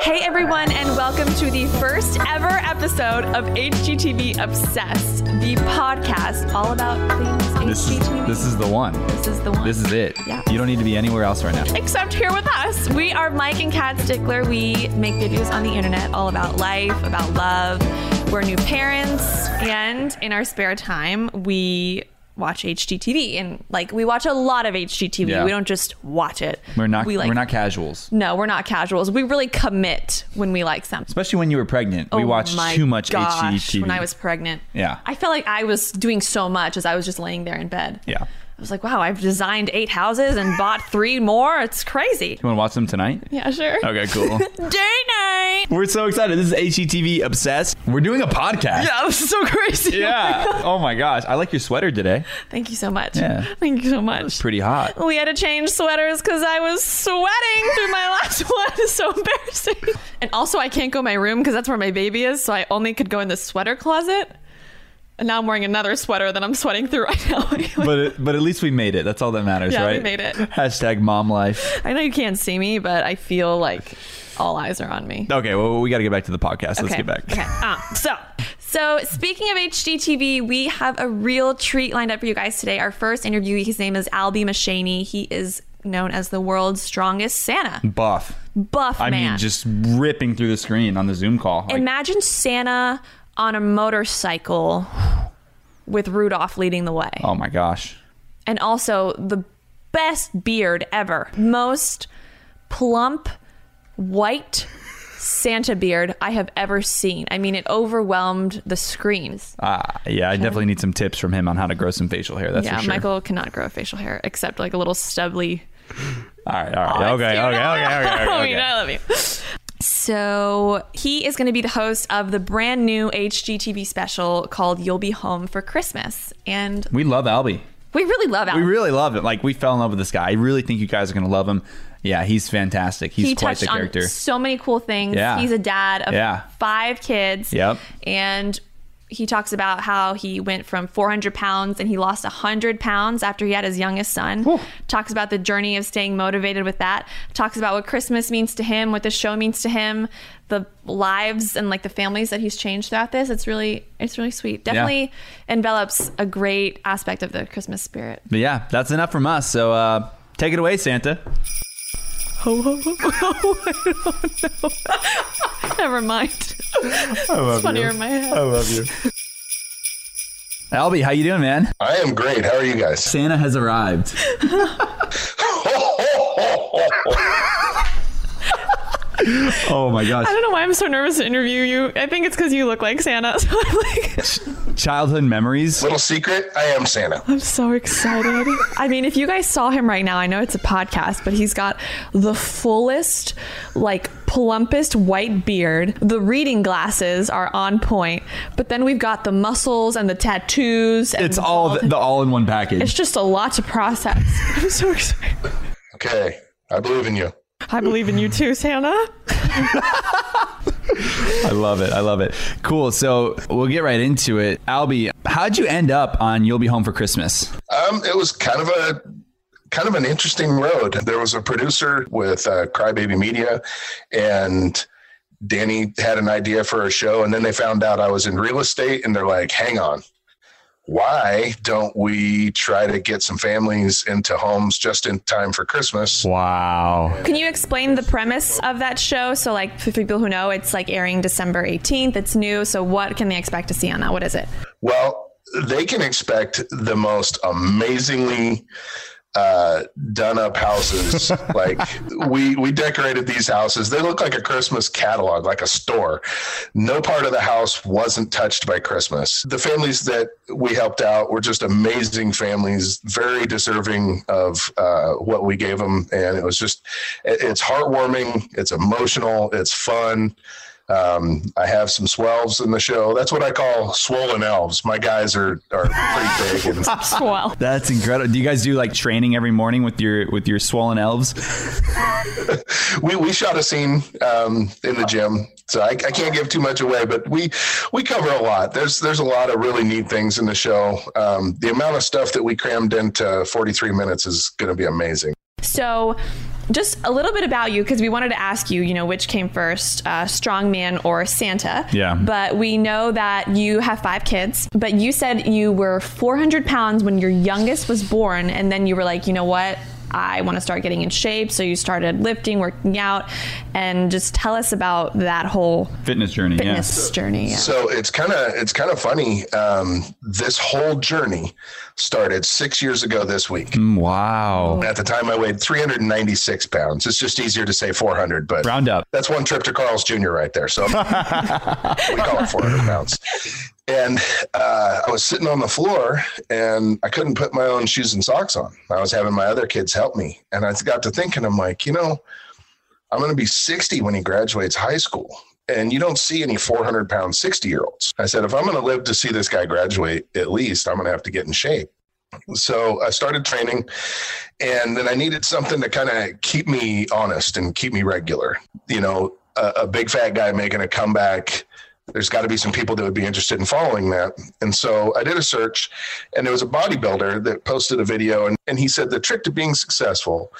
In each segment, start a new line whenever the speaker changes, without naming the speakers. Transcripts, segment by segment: Hey everyone, and welcome to the first ever episode of HGTV Obsessed, the podcast all about things
This is,
HGTV.
this is the one.
This is the one.
This is it.
Yeah.
You don't need to be anywhere else right now.
Except here with us. We are Mike and Kat Stickler. We make videos on the internet all about life, about love. We're new parents, and in our spare time, we watch HGTV. And like, we watch a lot of HGTV.
Yeah.
We don't just watch it.
We're not
We like.
we're not casuals.
no, we're not casuals. We really commit when we like something.
Especially when you were pregnant. we
Oh
watched
my
too much
gosh,
HGTV.
when I was pregnant.
Yeah.
I felt like I was doing so much as I was just laying there in bed.
Yeah.
I was like, wow, I've designed eight houses and bought three more. It's crazy.
You want to watch them tonight?
Yeah, sure.
Okay, cool.
Day night.
we're so excited. This is HGTV Obsessed. We're doing a podcast.
Yeah, this is so crazy.
Yeah. oh my gosh. I like your sweater today.
Thank you so much.
Yeah.
Thank you so much.
Pretty hot.
We had to change sweaters because I was sweating through my last one. It's so embarrassing. And also, I can't go in my room because that's where my baby is. So I only could go in the sweater closet. And now I'm wearing another sweater that I'm sweating through right now.
But it, but at least we made it. That's all that matters,
Yeah, we
right?
made it.
Hashtag mom life.
I know you can't see me, but I feel like all eyes are on me.
Okay, well, we got to get back to the podcast. Let's
Okay.
get back.
Okay. Um, so, so speaking of HGTV, we have a real treat lined up for you guys today. Our first interviewee, his name is Albie Mashaney. He is known as the world's strongest Santa.
Buff.
Buff
I
man.
mean, just ripping through the screen on the Zoom call. Like,
imagine Santa on a motorcycle with Rudolph leading the way.
oh my gosh.
and also the best beard ever. Most plump, white Santa beard I have ever seen. I mean, it overwhelmed the screens.
Ah, yeah, I definitely need some tips from him on how to grow some facial hair. That's
yeah,
for sure.
Michael cannot grow facial hair except like a little stubbly.
All right, all
Oh,
right, okay, okay, okay, okay,
I
okay,
mean, I love you. So he is going to be the host of the brand new HGTV special called "You'll Be Home for Christmas," and
We love Albie.
we really love Al.
We really love him. Like we fell in love with this guy. I really think you guys are gonna love him. Yeah, he's fantastic. He's
he
quite
touched
the character.
on so many cool things.
Yeah.
He's a dad of
Yeah.
five kids.
Yep.
And he talks about how he went from 400 pounds and he lost 100 pounds after he had his youngest son. Talks about the journey of staying motivated with that. Talks about what Christmas means to him, what the show means to him, the lives and like the families that he's changed throughout this. It's really, it's really sweet. Definitely envelops a great aspect of the Christmas spirit.
but yeah, that's enough from us. So uh, take it away, Santa.
Never mind. it's funnier in my head.
Oh. Albie, how you doing, man?
I am great. How are you guys?
Santa has arrived. oh my gosh.
I don't know why I'm so nervous to interview you. I think it's because you look like Santa. So I'm like,
Childhood memories.
Little secret, I am Santa.
I'm so excited. I mean, if you guys saw him right now, I know it's a podcast, but he's got the fullest, like plumpest white beard. The reading glasses are on point, but then we've got the muscles and the tattoos. And
It's all the, the all in one
It's
package.
just a lot to process. I'm so excited.
Okay, I believe in you.
I believe in you too, Santa.
I love it. I love it. Cool. So we'll get right into it. Albie, how'd you end up on You'll Be Home for Christmas?
Um, it was kind of a kind of an interesting road. There was a producer with uh, Crybaby Media, and Danny had an idea for a show, and then they found out I was in real estate, and they're like, "Hang on." Why don't we try to get some families into homes just in time for Christmas?
Wow.
Can you explain the premise of that show? So, like, for people who know, it's like airing December 18th. It's new. So, what can they expect to see on that? What is it?
Well, they can expect the most amazingly uh, done up houses. like we we decorated these houses. They look like a Christmas catalog, like a store. No part of the house wasn't touched by Christmas. The families that we helped out were just amazing families, very deserving of uh, what we gave them, and it was just it- it's heartwarming. It's emotional. It's fun. Um, I have some swelves in the show. That's what I call swollen elves. My guys are are pretty big. And
Swell.
That's incredible. Do you guys do like training every morning with your with your swollen elves?
we we shot a scene um, in the gym, so I, I can't give too much away. But we we cover a lot. There's there's a lot of really neat things in the show. Um, the amount of stuff that we crammed into 43 minutes is going to be amazing.
So, just a little bit about you because we wanted to ask you, you know, which came first, uh, strongman or Santa?
Yeah.
But we know that you have five kids, but you said you were 400 pounds when your youngest was born, and then you were like, you know what? I want to start getting in shape. So you started lifting, working out, and just tell us about that whole
Fitness journey.
fitness journey. Yeah.
So it's kind of it's kind of funny. Um, this whole journey started six years ago this week.
Yeah. Mm, Wow.
At the time, I weighed 396 pounds. It's just easier to say 400, but
Round up.
that's one trip to Carl's Jr. right there. So we call it 400 pounds. And uh, I was sitting on the floor and I couldn't put my own shoes and socks on. I was having my other kids help me. And I got to thinking, I'm like, you know, I'm going to be 60 when he graduates high school. And you don't see any 400 pound 60 year olds. I said, if I'm going to live to see this guy graduate, at least I'm going to have to get in shape. So I started training and then I needed something to kind of keep me honest and keep me regular. You know, a, a big fat guy making a comeback. There's got to be some people that would be interested in following that. And so I did a search, and there was a bodybuilder that posted a video, and, and he said the trick to being successful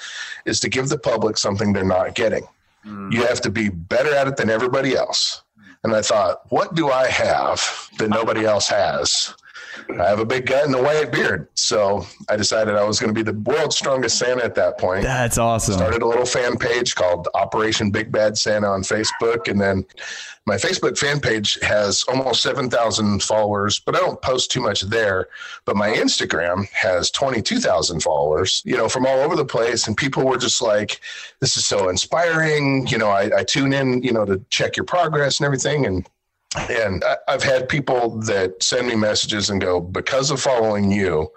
is to give the public something they're not getting. You have to be better at it than everybody else. And I thought, what do I have that nobody else has? I have a big gut and a white beard. So I decided I was going to be the world's strongest Santa at that point
That's awesome.
started a little fan page called Operation Big Bad Santa on Facebook. And then my Facebook fan page has almost 7,000 followers, but I don't post too much there. But my Instagram has 22,000 followers, you know, from all over the place. And people were just like, this is so inspiring. You know, I, I tune in, you know, to check your progress and everything. And and I- I've had people that send me messages and go, because of following you,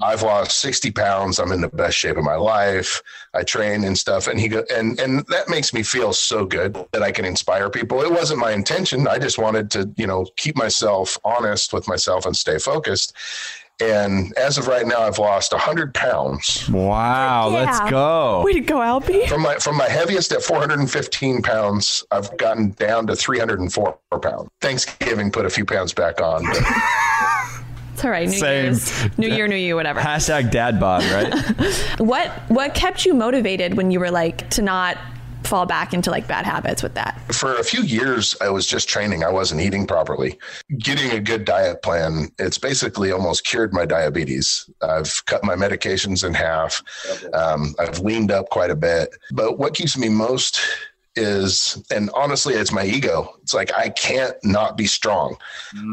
I've lost 60 pounds. I'm in the best shape of my life. I train and stuff. And he go and and that makes me feel so good that I can inspire people. It wasn't my intention. I just wanted to, you know, keep myself honest with myself and stay focused. And as of right now, I've lost 100 pounds
Wow.
Yeah.
Let's go.
Way to go, Albie.
from my from my heaviest at 415 pounds. I've gotten down to 304 pounds. Thanksgiving put a few pounds back on. but-
It's all right. New
Same.
Year's. New year, new you, whatever.
Hashtag dad bod, right?
What what kept you motivated when you were like to not fall back into like bad habits with that?
for a few years i was just training i wasn't eating properly getting a good diet plan it's basically almost cured my diabetes i've cut my medications in half um, i've leaned up quite a bit but what keeps me most is and honestly it's my ego it's like i can't not be strong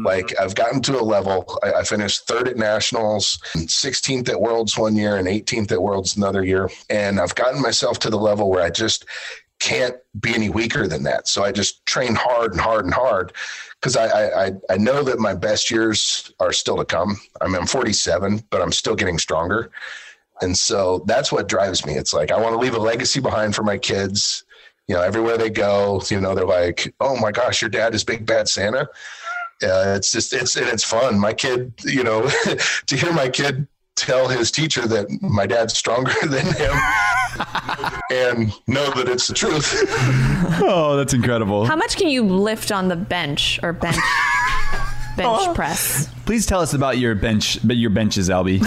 like i've gotten to a level I, I finished third at nationals 16th at worlds one year and 18th at worlds another year and i've gotten myself to the level where i just can't be any weaker than that. So I just train hard and hard and hard because I, I I- I know that my best years are still to come. I mean, I'm 47, but I'm still getting stronger, and so that's what drives me. It's like I want to leave a legacy behind for my kids. You know, everywhere they go, you know, they're like, "Oh my gosh, your dad is Big Bad Santa." Uh, it's just it's and it's fun. My kid, you know, to hear my kid tell his teacher that my dad's stronger than him. And know that it's the truth.
oh, that's incredible.
How much can you lift on the bench or bench bench press?
Please tell us about your bench, but your benches, Albie.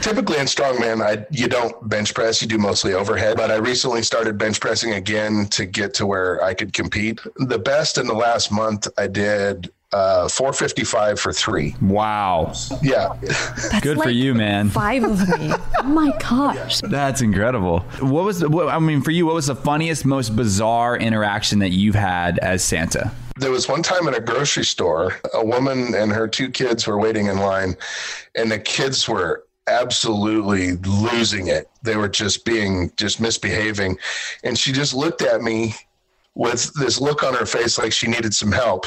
typically in strongman I you don't bench press you do mostly overhead but I recently started bench pressing again to get to where I could compete the best in the last month I did uh 455 for 3
Wow.
yeah
Good for
like
you, man.
Five of me. Oh my gosh.
That's incredible. What was the, what, I mean for you? What was the funniest, most bizarre interaction that you've had as Santa?
there was one time in a grocery store a woman and her two kids were waiting in line and the kids were absolutely losing it they were just being just misbehaving and she just looked at me with this look on her face like she needed some help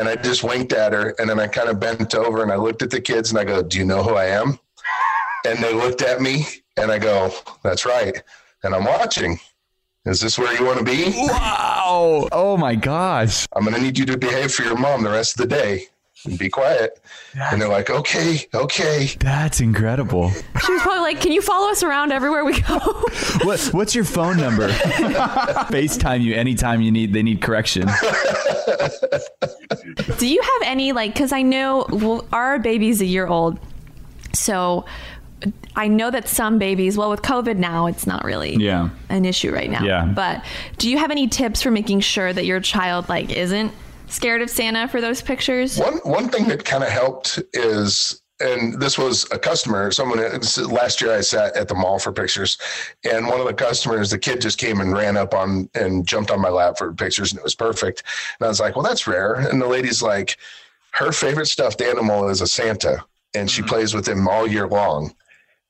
and i just winked at her and then i kind of bent over and i looked at the kids and i go do you know who i am and they looked at me and i go that's right and i'm watching is this where you want to be
Wow. Oh my gosh.
I'm going to need you to behave for your mom the rest of the day and be quiet. And they're like, okay, okay.
That's incredible.
She was probably like, Can you follow us around everywhere we go?
What, what's your phone number? FaceTime you anytime you need. They need correction.
Do you have any like? Because I know well, our baby's a year old, so I know that some babies, well, with COVID now, it's not really
Yeah.
an issue right now.
Yeah.
But do you have any tips for making sure that your child like isn't scared of Santa for those pictures?
One one thing that kind of helped is, and this was a customer. Someone it's- last year I sat at the mall for pictures, and one of the customers, the kid just came and ran up on and jumped on my lap for pictures, and it was perfect. And I was like, "Well, that's rare." And the lady's like, "Her favorite stuffed animal is a Santa, and she plays with him all year long."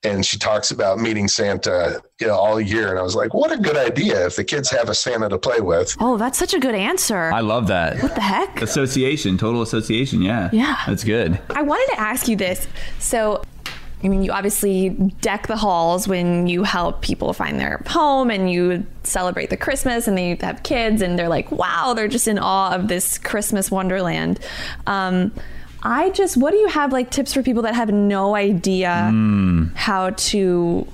And she talks about meeting Santa you know, all year. And I was like, what a good idea if the kids have a Santa to play with.
Oh, that's such a good answer.
I love that.
what the heck?
Association, total association. Yeah.
Yeah.
That's good.
I wanted to ask you this. So, I mean, you obviously deck the halls when you help people find their home and you celebrate the Christmas and they have kids and they're like, wow, they're just in awe of this Christmas wonderland. Um, I just, what do you have like tips for people that have no idea
Hmm.
how to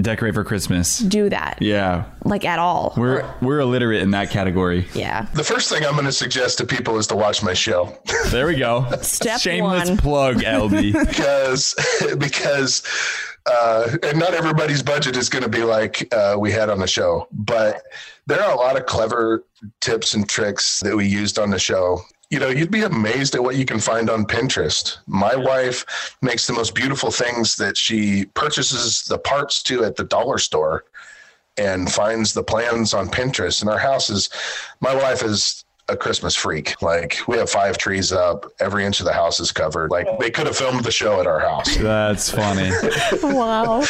Decorate for Christmas.
do that?
Yeah.
Like at all.
We're we're illiterate in that category.
yeah.
The first thing I'm going to suggest to people is to watch my show.
There we go.
Step
Shameless
one.
plug, LB.
because because uh, and not everybody's budget is going to be like uh, we had on the show, but there are a lot of clever tips and tricks that we used on the show. You know, you'd be amazed at what you can find on Pinterest. My wife makes the most beautiful things that she purchases the parts to at the dollar store and finds the plans on Pinterest. And our house is, my wife is a Christmas freak. Like we have five trees up, every inch of the house is covered. Like they could have filmed the show at our house,
That's funny.
wow.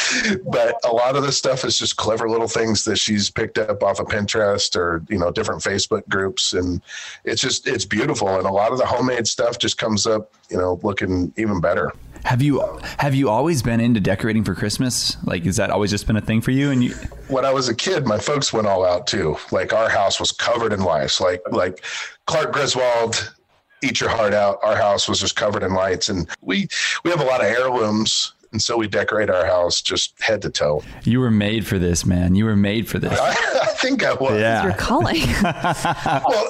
but a lot of this stuff is just clever little things that she's picked up off of Pinterest or you know different Facebook groups, and it's just it's beautiful. And a lot of the homemade stuff just comes up, you know, looking even better.
Have you have you always been into decorating for Christmas? Like, has that always just been a thing for you? And you,
when I was a kid, my folks went all out too. Like our house was covered in lights. Like like Clark Griswold, eat your heart out. Our house was just covered in lights, and we we have a lot of heirlooms, and so we decorate our house just head to toe.
you were made for this, man. You were made for this.
I, I think I was.
You're
Yeah,
calling.
Well,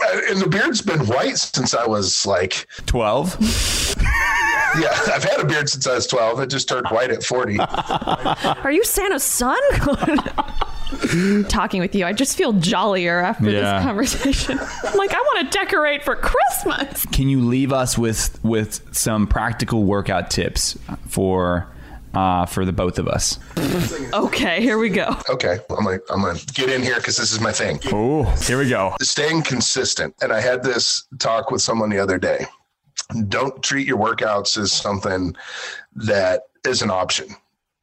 I- and the beard's been white since I was like,
twelve.
yeah, I've had a beard since I was twelve. It just turned white at forty.
Are you Santa's son? Talking with you, I just feel jollier after
Yeah.
this conversation. I'm like, I want to decorate for Christmas.
Can you leave us with with some practical workout tips for uh, for the both of us?
Okay, here we go.
Okay, I'm like I'm gonna get in here because this is my thing.
Oh, here we go.
staying consistent. And I had this talk with someone the other day. Don't treat your workouts as something that is an option.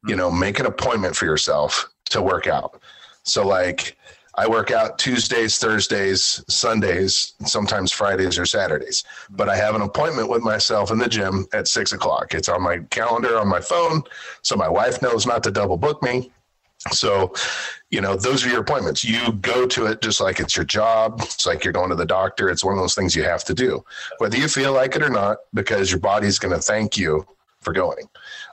You know, make an appointment for yourself to work out. So, like, I work out Tuesdays, Thursdays, Sundays, sometimes Fridays or Saturdays. But I have an appointment with myself in the gym at six o'clock. It's on my calendar on my phone. So, my wife knows not to double book me. So, you know, those are your appointments. You go to it just like it's your job. It's like you're going to the doctor. It's one of those things you have to do, whether you feel like it or not, because your body's going to thank you for going.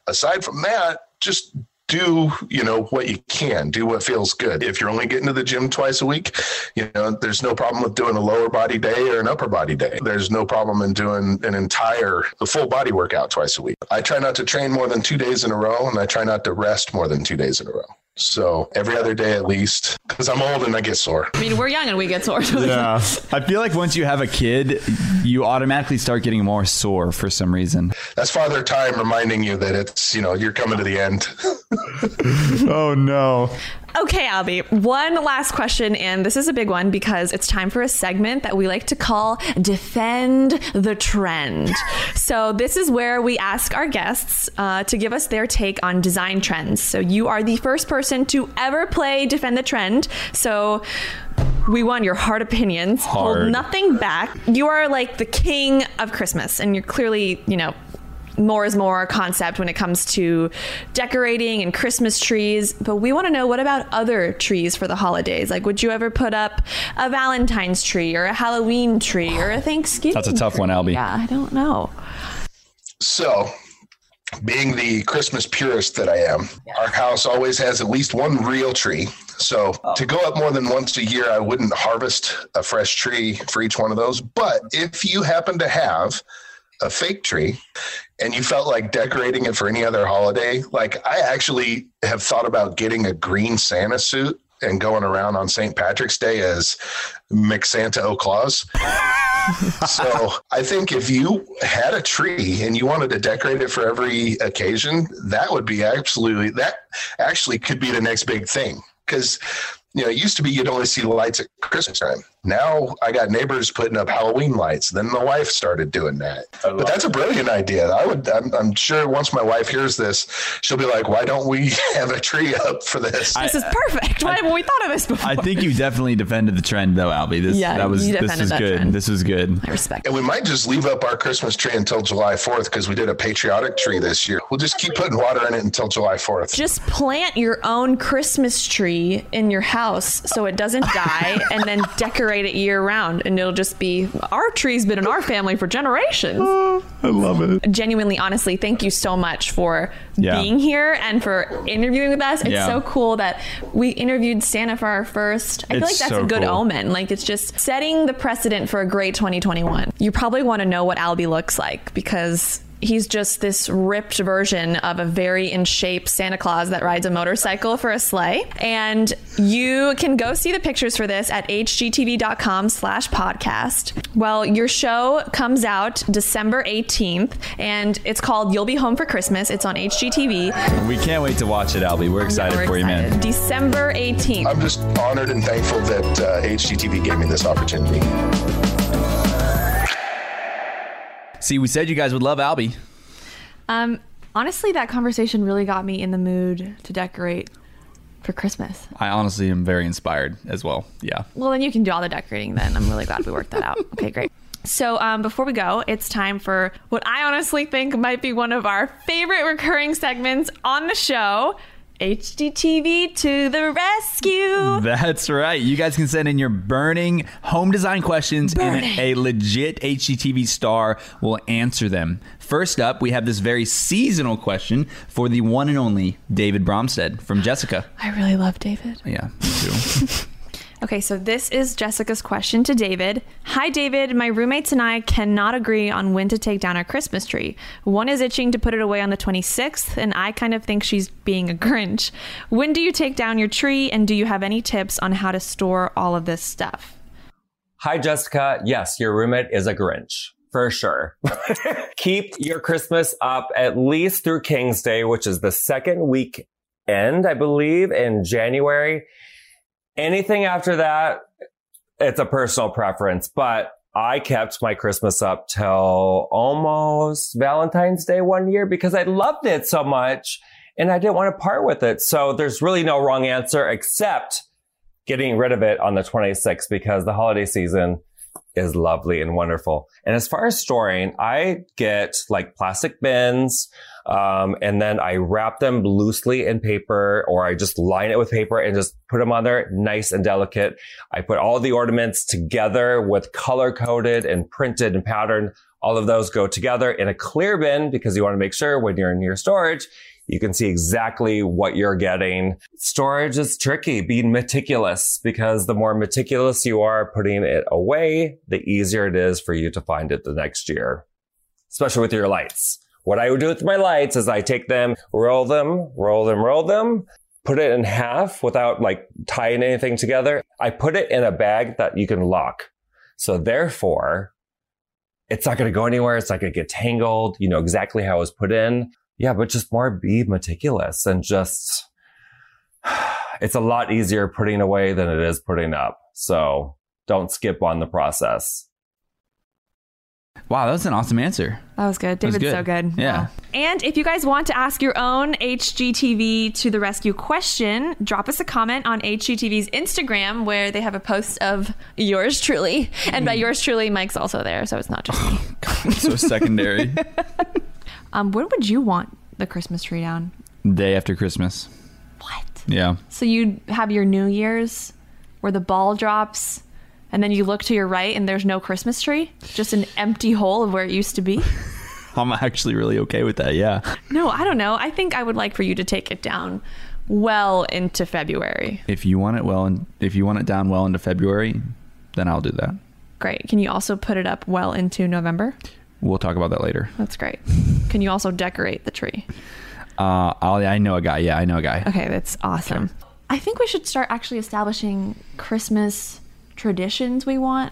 Aside from that, just do you know what you can do what feels good if you're only getting to the gym twice a week you know there's no problem with doing a lower body day or an upper body day there's no problem in doing an entire the full body workout twice a week i try not to train more than two days in a row and i try not to rest more than two days in a row so every other day at least, because I'm old and I get sore.
I mean, we're young and we get sore.
Yeah, I feel like once you have a kid, you automatically start getting more sore for some reason.
That's Father Time reminding you that it's, you know, you're coming to the end.
Oh no.
Okay, Abby, one last question, and this is a big one because it's time for a segment that we like to call Defend the Trend. so, this is where we ask our guests uh, to give us their take on design trends. So, you are the first person to ever play Defend the Trend. So, we want your hard opinions.
Hard.
Hold nothing back. You are like the king of Christmas, and you're clearly, you know, more is more concept when it comes to decorating and Christmas trees. But we want to know what about other trees for the holidays? Like, would you ever put up a Valentine's tree or a Halloween tree or a Thanksgiving?
That's a tough one, Albie.
Yeah, I don't know.
So, being the Christmas purist that I am, our house always has at least one real tree. So, to go up more than once a year, I wouldn't harvest a fresh tree for each one of those. But if you happen to have a fake tree and you felt like decorating it for any other holiday, like I actually have thought about getting a green Santa suit and going around on St. Patrick's Day as McSanta O'Claws. so I think if you had a tree and you wanted to decorate it for every occasion, that would be absolutely that actually could be the next big thing because you know it used to be you'd only see lights at Christmas time. Now I got neighbors putting up Halloween lights. Then my wife started doing that. But that's a brilliant idea. I would. I'm, I'm sure once my wife hears this, she'll be like, "Why don't we have a tree up for this?"
This is perfect. Why haven't we thought of this before?
I think you definitely defended the trend, though, Albie. This
Yeah,
that was
you
this
defended
was
that
good.
trend.
This was good.
I respect.
And we might just leave up our Christmas tree until July 4th because we did a patriotic tree this year. We'll just keep putting water in it until July 4th.
Just plant your own Christmas tree in your house so it doesn't die, and then decorate it year round, and it'll just be our tree's been in our family for generations.
I love it.
genuinely, honestly, thank you so much for
Yeah.
being here and for interviewing with us. It's
Yeah.
so cool that we interviewed Santa for our first. I feel
It's
like that's
so
a good
cool.
omen. Like it's just setting the precedent for a great 2021. You probably want to know what Albie looks like because. He's just this ripped version of a very in shape Santa Claus that rides a motorcycle for a sleigh. And you can go see the pictures for this at hgtv.com slash podcast. Well, your show comes out December 18th, and it's called You'll Be Home for Christmas. It's on HGTV.
We can't wait to watch it, Albie. We're excited
We're
for you,
excited.
man.
December 18th.
I'm just honored and thankful that uh, HGTV gave me this opportunity.
See, we said you guys would love Albie.
Um, honestly, that conversation really got me in the mood to decorate for Christmas.
I honestly am very inspired as well. Yeah.
Well, then you can do all the decorating. Then I'm really glad we worked that out. Okay, great. So um, before we go, it's time for what I honestly think might be one of our favorite recurring segments on the show. HGTV to the rescue.
That's right. You guys can send in your burning home design questions,
Burning.
and a legit HGTV star will answer them. First up, we have this very seasonal question for the one and only David Bromstead from Jessica.
I really love David.
Yeah, me too.
Okay, so this is Jessica's question to David. Hi, David. My roommates and I cannot agree on when to take down our Christmas tree. One is itching to put it away on the 26th, and I kind of think she's being a Grinch. When do you take down your tree, and do you have any tips on how to store all of this stuff?
Hi, Jessica. Yes, your roommate is a Grinch. For sure. Keep your Christmas up at least through King's Day, which is the second weekend, I believe, in January. Anything after that, it's a personal preference, but I kept my Christmas up till almost Valentine's Day one year because I loved it so much and I didn't want to part with it. So there's really no wrong answer except getting rid of it on the 26th because the holiday season is lovely and wonderful. And as far as storing, I get like plastic bins, um, and then I wrap them loosely in paper, or I just line it with paper and just put them on there, nice and delicate. I put all the ornaments together with color coded and printed and patterned. All of those go together in a clear bin because you want to make sure when you're in your storage, you can see exactly what you're getting. Storage is tricky. Be meticulous because the more meticulous you are putting it away, the easier it is for you to find it the next year, especially with your lights. What I would do with my lights is I take them, roll them, roll them, roll them, put it in half without like tying anything together. I put it in a bag that you can lock. So therefore, it's not going to go anywhere. It's not going to get tangled. You know exactly how it was put in yeah, but just more be meticulous and just it's a lot easier putting away than it is putting up. So don't skip on the process.
wow, that was an awesome answer.
That was good.
was
David's so
good.
good.
Yeah.
Wow. And if you guys want to ask your own HGTV to the rescue question, drop us a comment on HGTV's Instagram where they have a post of yours truly. And
Hmm.
by yours truly, Mike's also there, so it's not just me.
So secondary.
Um, when would you want the Christmas tree down?
Day after Christmas.
What?
Yeah.
So you have your New Year's where the ball drops, and then you look to your right and there's no Christmas tree, just an empty hole of where it used to be.
I'm actually really okay with that. Yeah.
No, I don't know. I think I would like for you to take it down well into February.
If you want it well and if you want it down well into February, then I'll do that.
Great. Can you also put it up well into November?
We'll talk about that later.
That's great. Can you also decorate the tree?
Uh, I'll, I know a guy. Yeah, I know a guy.
Okay, that's awesome. I think we should start actually establishing Christmas traditions we want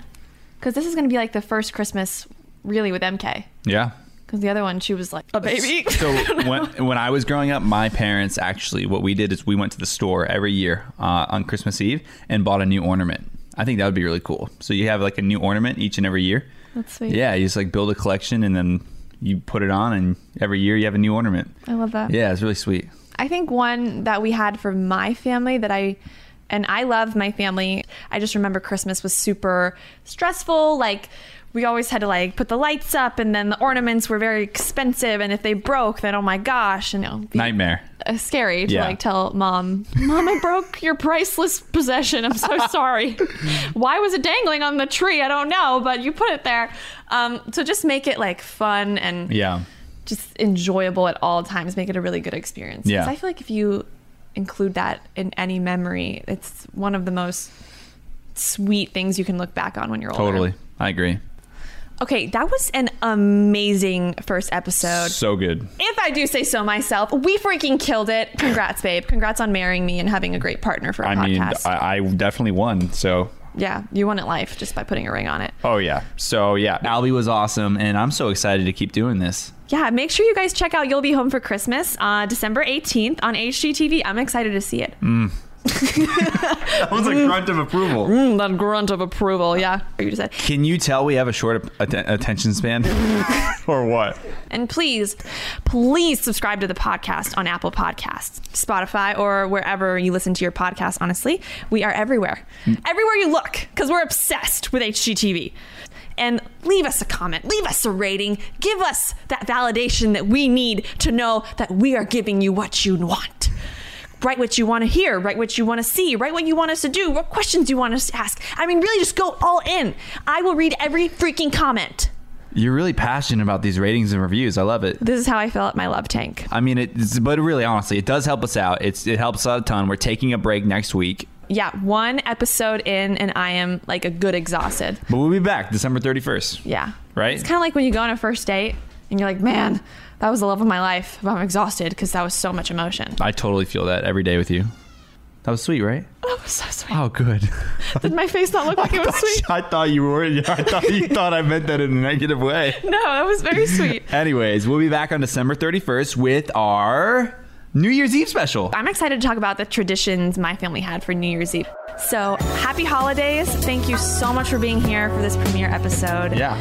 because this is going to be like the first Christmas really with MK
Yeah.
because the other one she was like a baby.
So when when I was growing up, my parents actually what we did is we went to the store every year uh, on Christmas Eve and bought a new ornament. I think that would be really cool. So you have like a new ornament each and every year.
that's sweet.
Yeah, you just like build a collection and then you put it on, and every year you have a new ornament.
I love that.
Yeah, it's really sweet.
I think one that we had for my family that I and I love my family. I just remember Christmas was super stressful. Like we always had to like put the lights up and then the ornaments were very expensive and if they broke then oh my gosh, and it would be
Nightmare.
uh, scary to
Yeah.
like tell mom, "Mom, I broke your priceless possession. I'm so sorry. Why was it dangling on the tree? I don't know, but you put it there." Um, so just make it like fun and
Yeah.
just enjoyable at all times. Make it a really good experience. 'Cause
Yeah.
I feel like if you include that in any memory, it's one of the most sweet things you can look back on when you're older.
Totally. I agree.
Okay, that was an amazing first episode.
So good.
If I do say so myself, we freaking killed it. Congrats, babe. Congrats on marrying me and having a great partner for a
I mean,
podcast.
I, I definitely won. So,
yeah, you won at life just by putting a ring on it.
oh yeah. So yeah, Albie was awesome, and I'm so excited to keep doing this.
Yeah, make sure you guys check out You'll Be Home for Christmas, uh, December 18th on HGTV. I'm excited to see it.
Mm. That was a grunt of approval.
Mm, that grunt of approval. Yeah, you just said.
Can you tell we have a short at- attention span, or what?
And please, please subscribe to the podcast on Apple Podcasts, Spotify, or wherever you listen to your podcast. Honestly, we are everywhere. Everywhere you look, because we're obsessed with HGTV. And leave us a comment, leave us a rating, give us that validation that we need to know that we are giving you what you want. Write what you want to hear, write what you want to see, write what you want us to do, what questions you want us to ask. I mean, really just go all in. I will read every freaking comment.
You're really passionate about these ratings and reviews. I love it.
This is how I fill up my love tank.
I mean, it's but really, honestly, it does help us out. It's it helps out a ton. We're taking a break next week,
Yeah, one episode in, and I am like a good exhausted.
but we'll be back December 31st.
Yeah.
Right?
It's kind of like when you go on a first date and you're like, man, that was the love of my life, but I'm exhausted because that was so much emotion.
I totally feel that every day with you. That was sweet, right?
That was so sweet.
Oh, good.
Did my face not look like it was sweet?
I thought you were. I thought you thought I meant that in a negative way.
No, that was very sweet.
Anyways, we'll be back on December 31st with our New Year's Eve special.
I'm excited to talk about the traditions my family had for New Year's Eve. So, happy holidays. Thank you so much for being here for this premiere episode.
Yeah.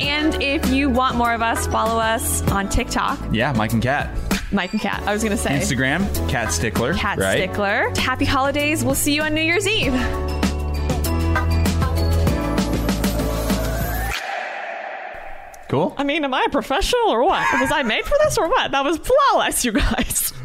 And if you want more of us, follow us on TikTok,
Yeah, Mike and Kat.
Mike and Kat. I was going to say.
Instagram, Kat Stickler.
Cat
right?
Stickler. Happy holidays. We'll see you on New Year's Eve.
Cool.
I mean, am I a professional or what? Was I made for this or what? That was flawless, you guys.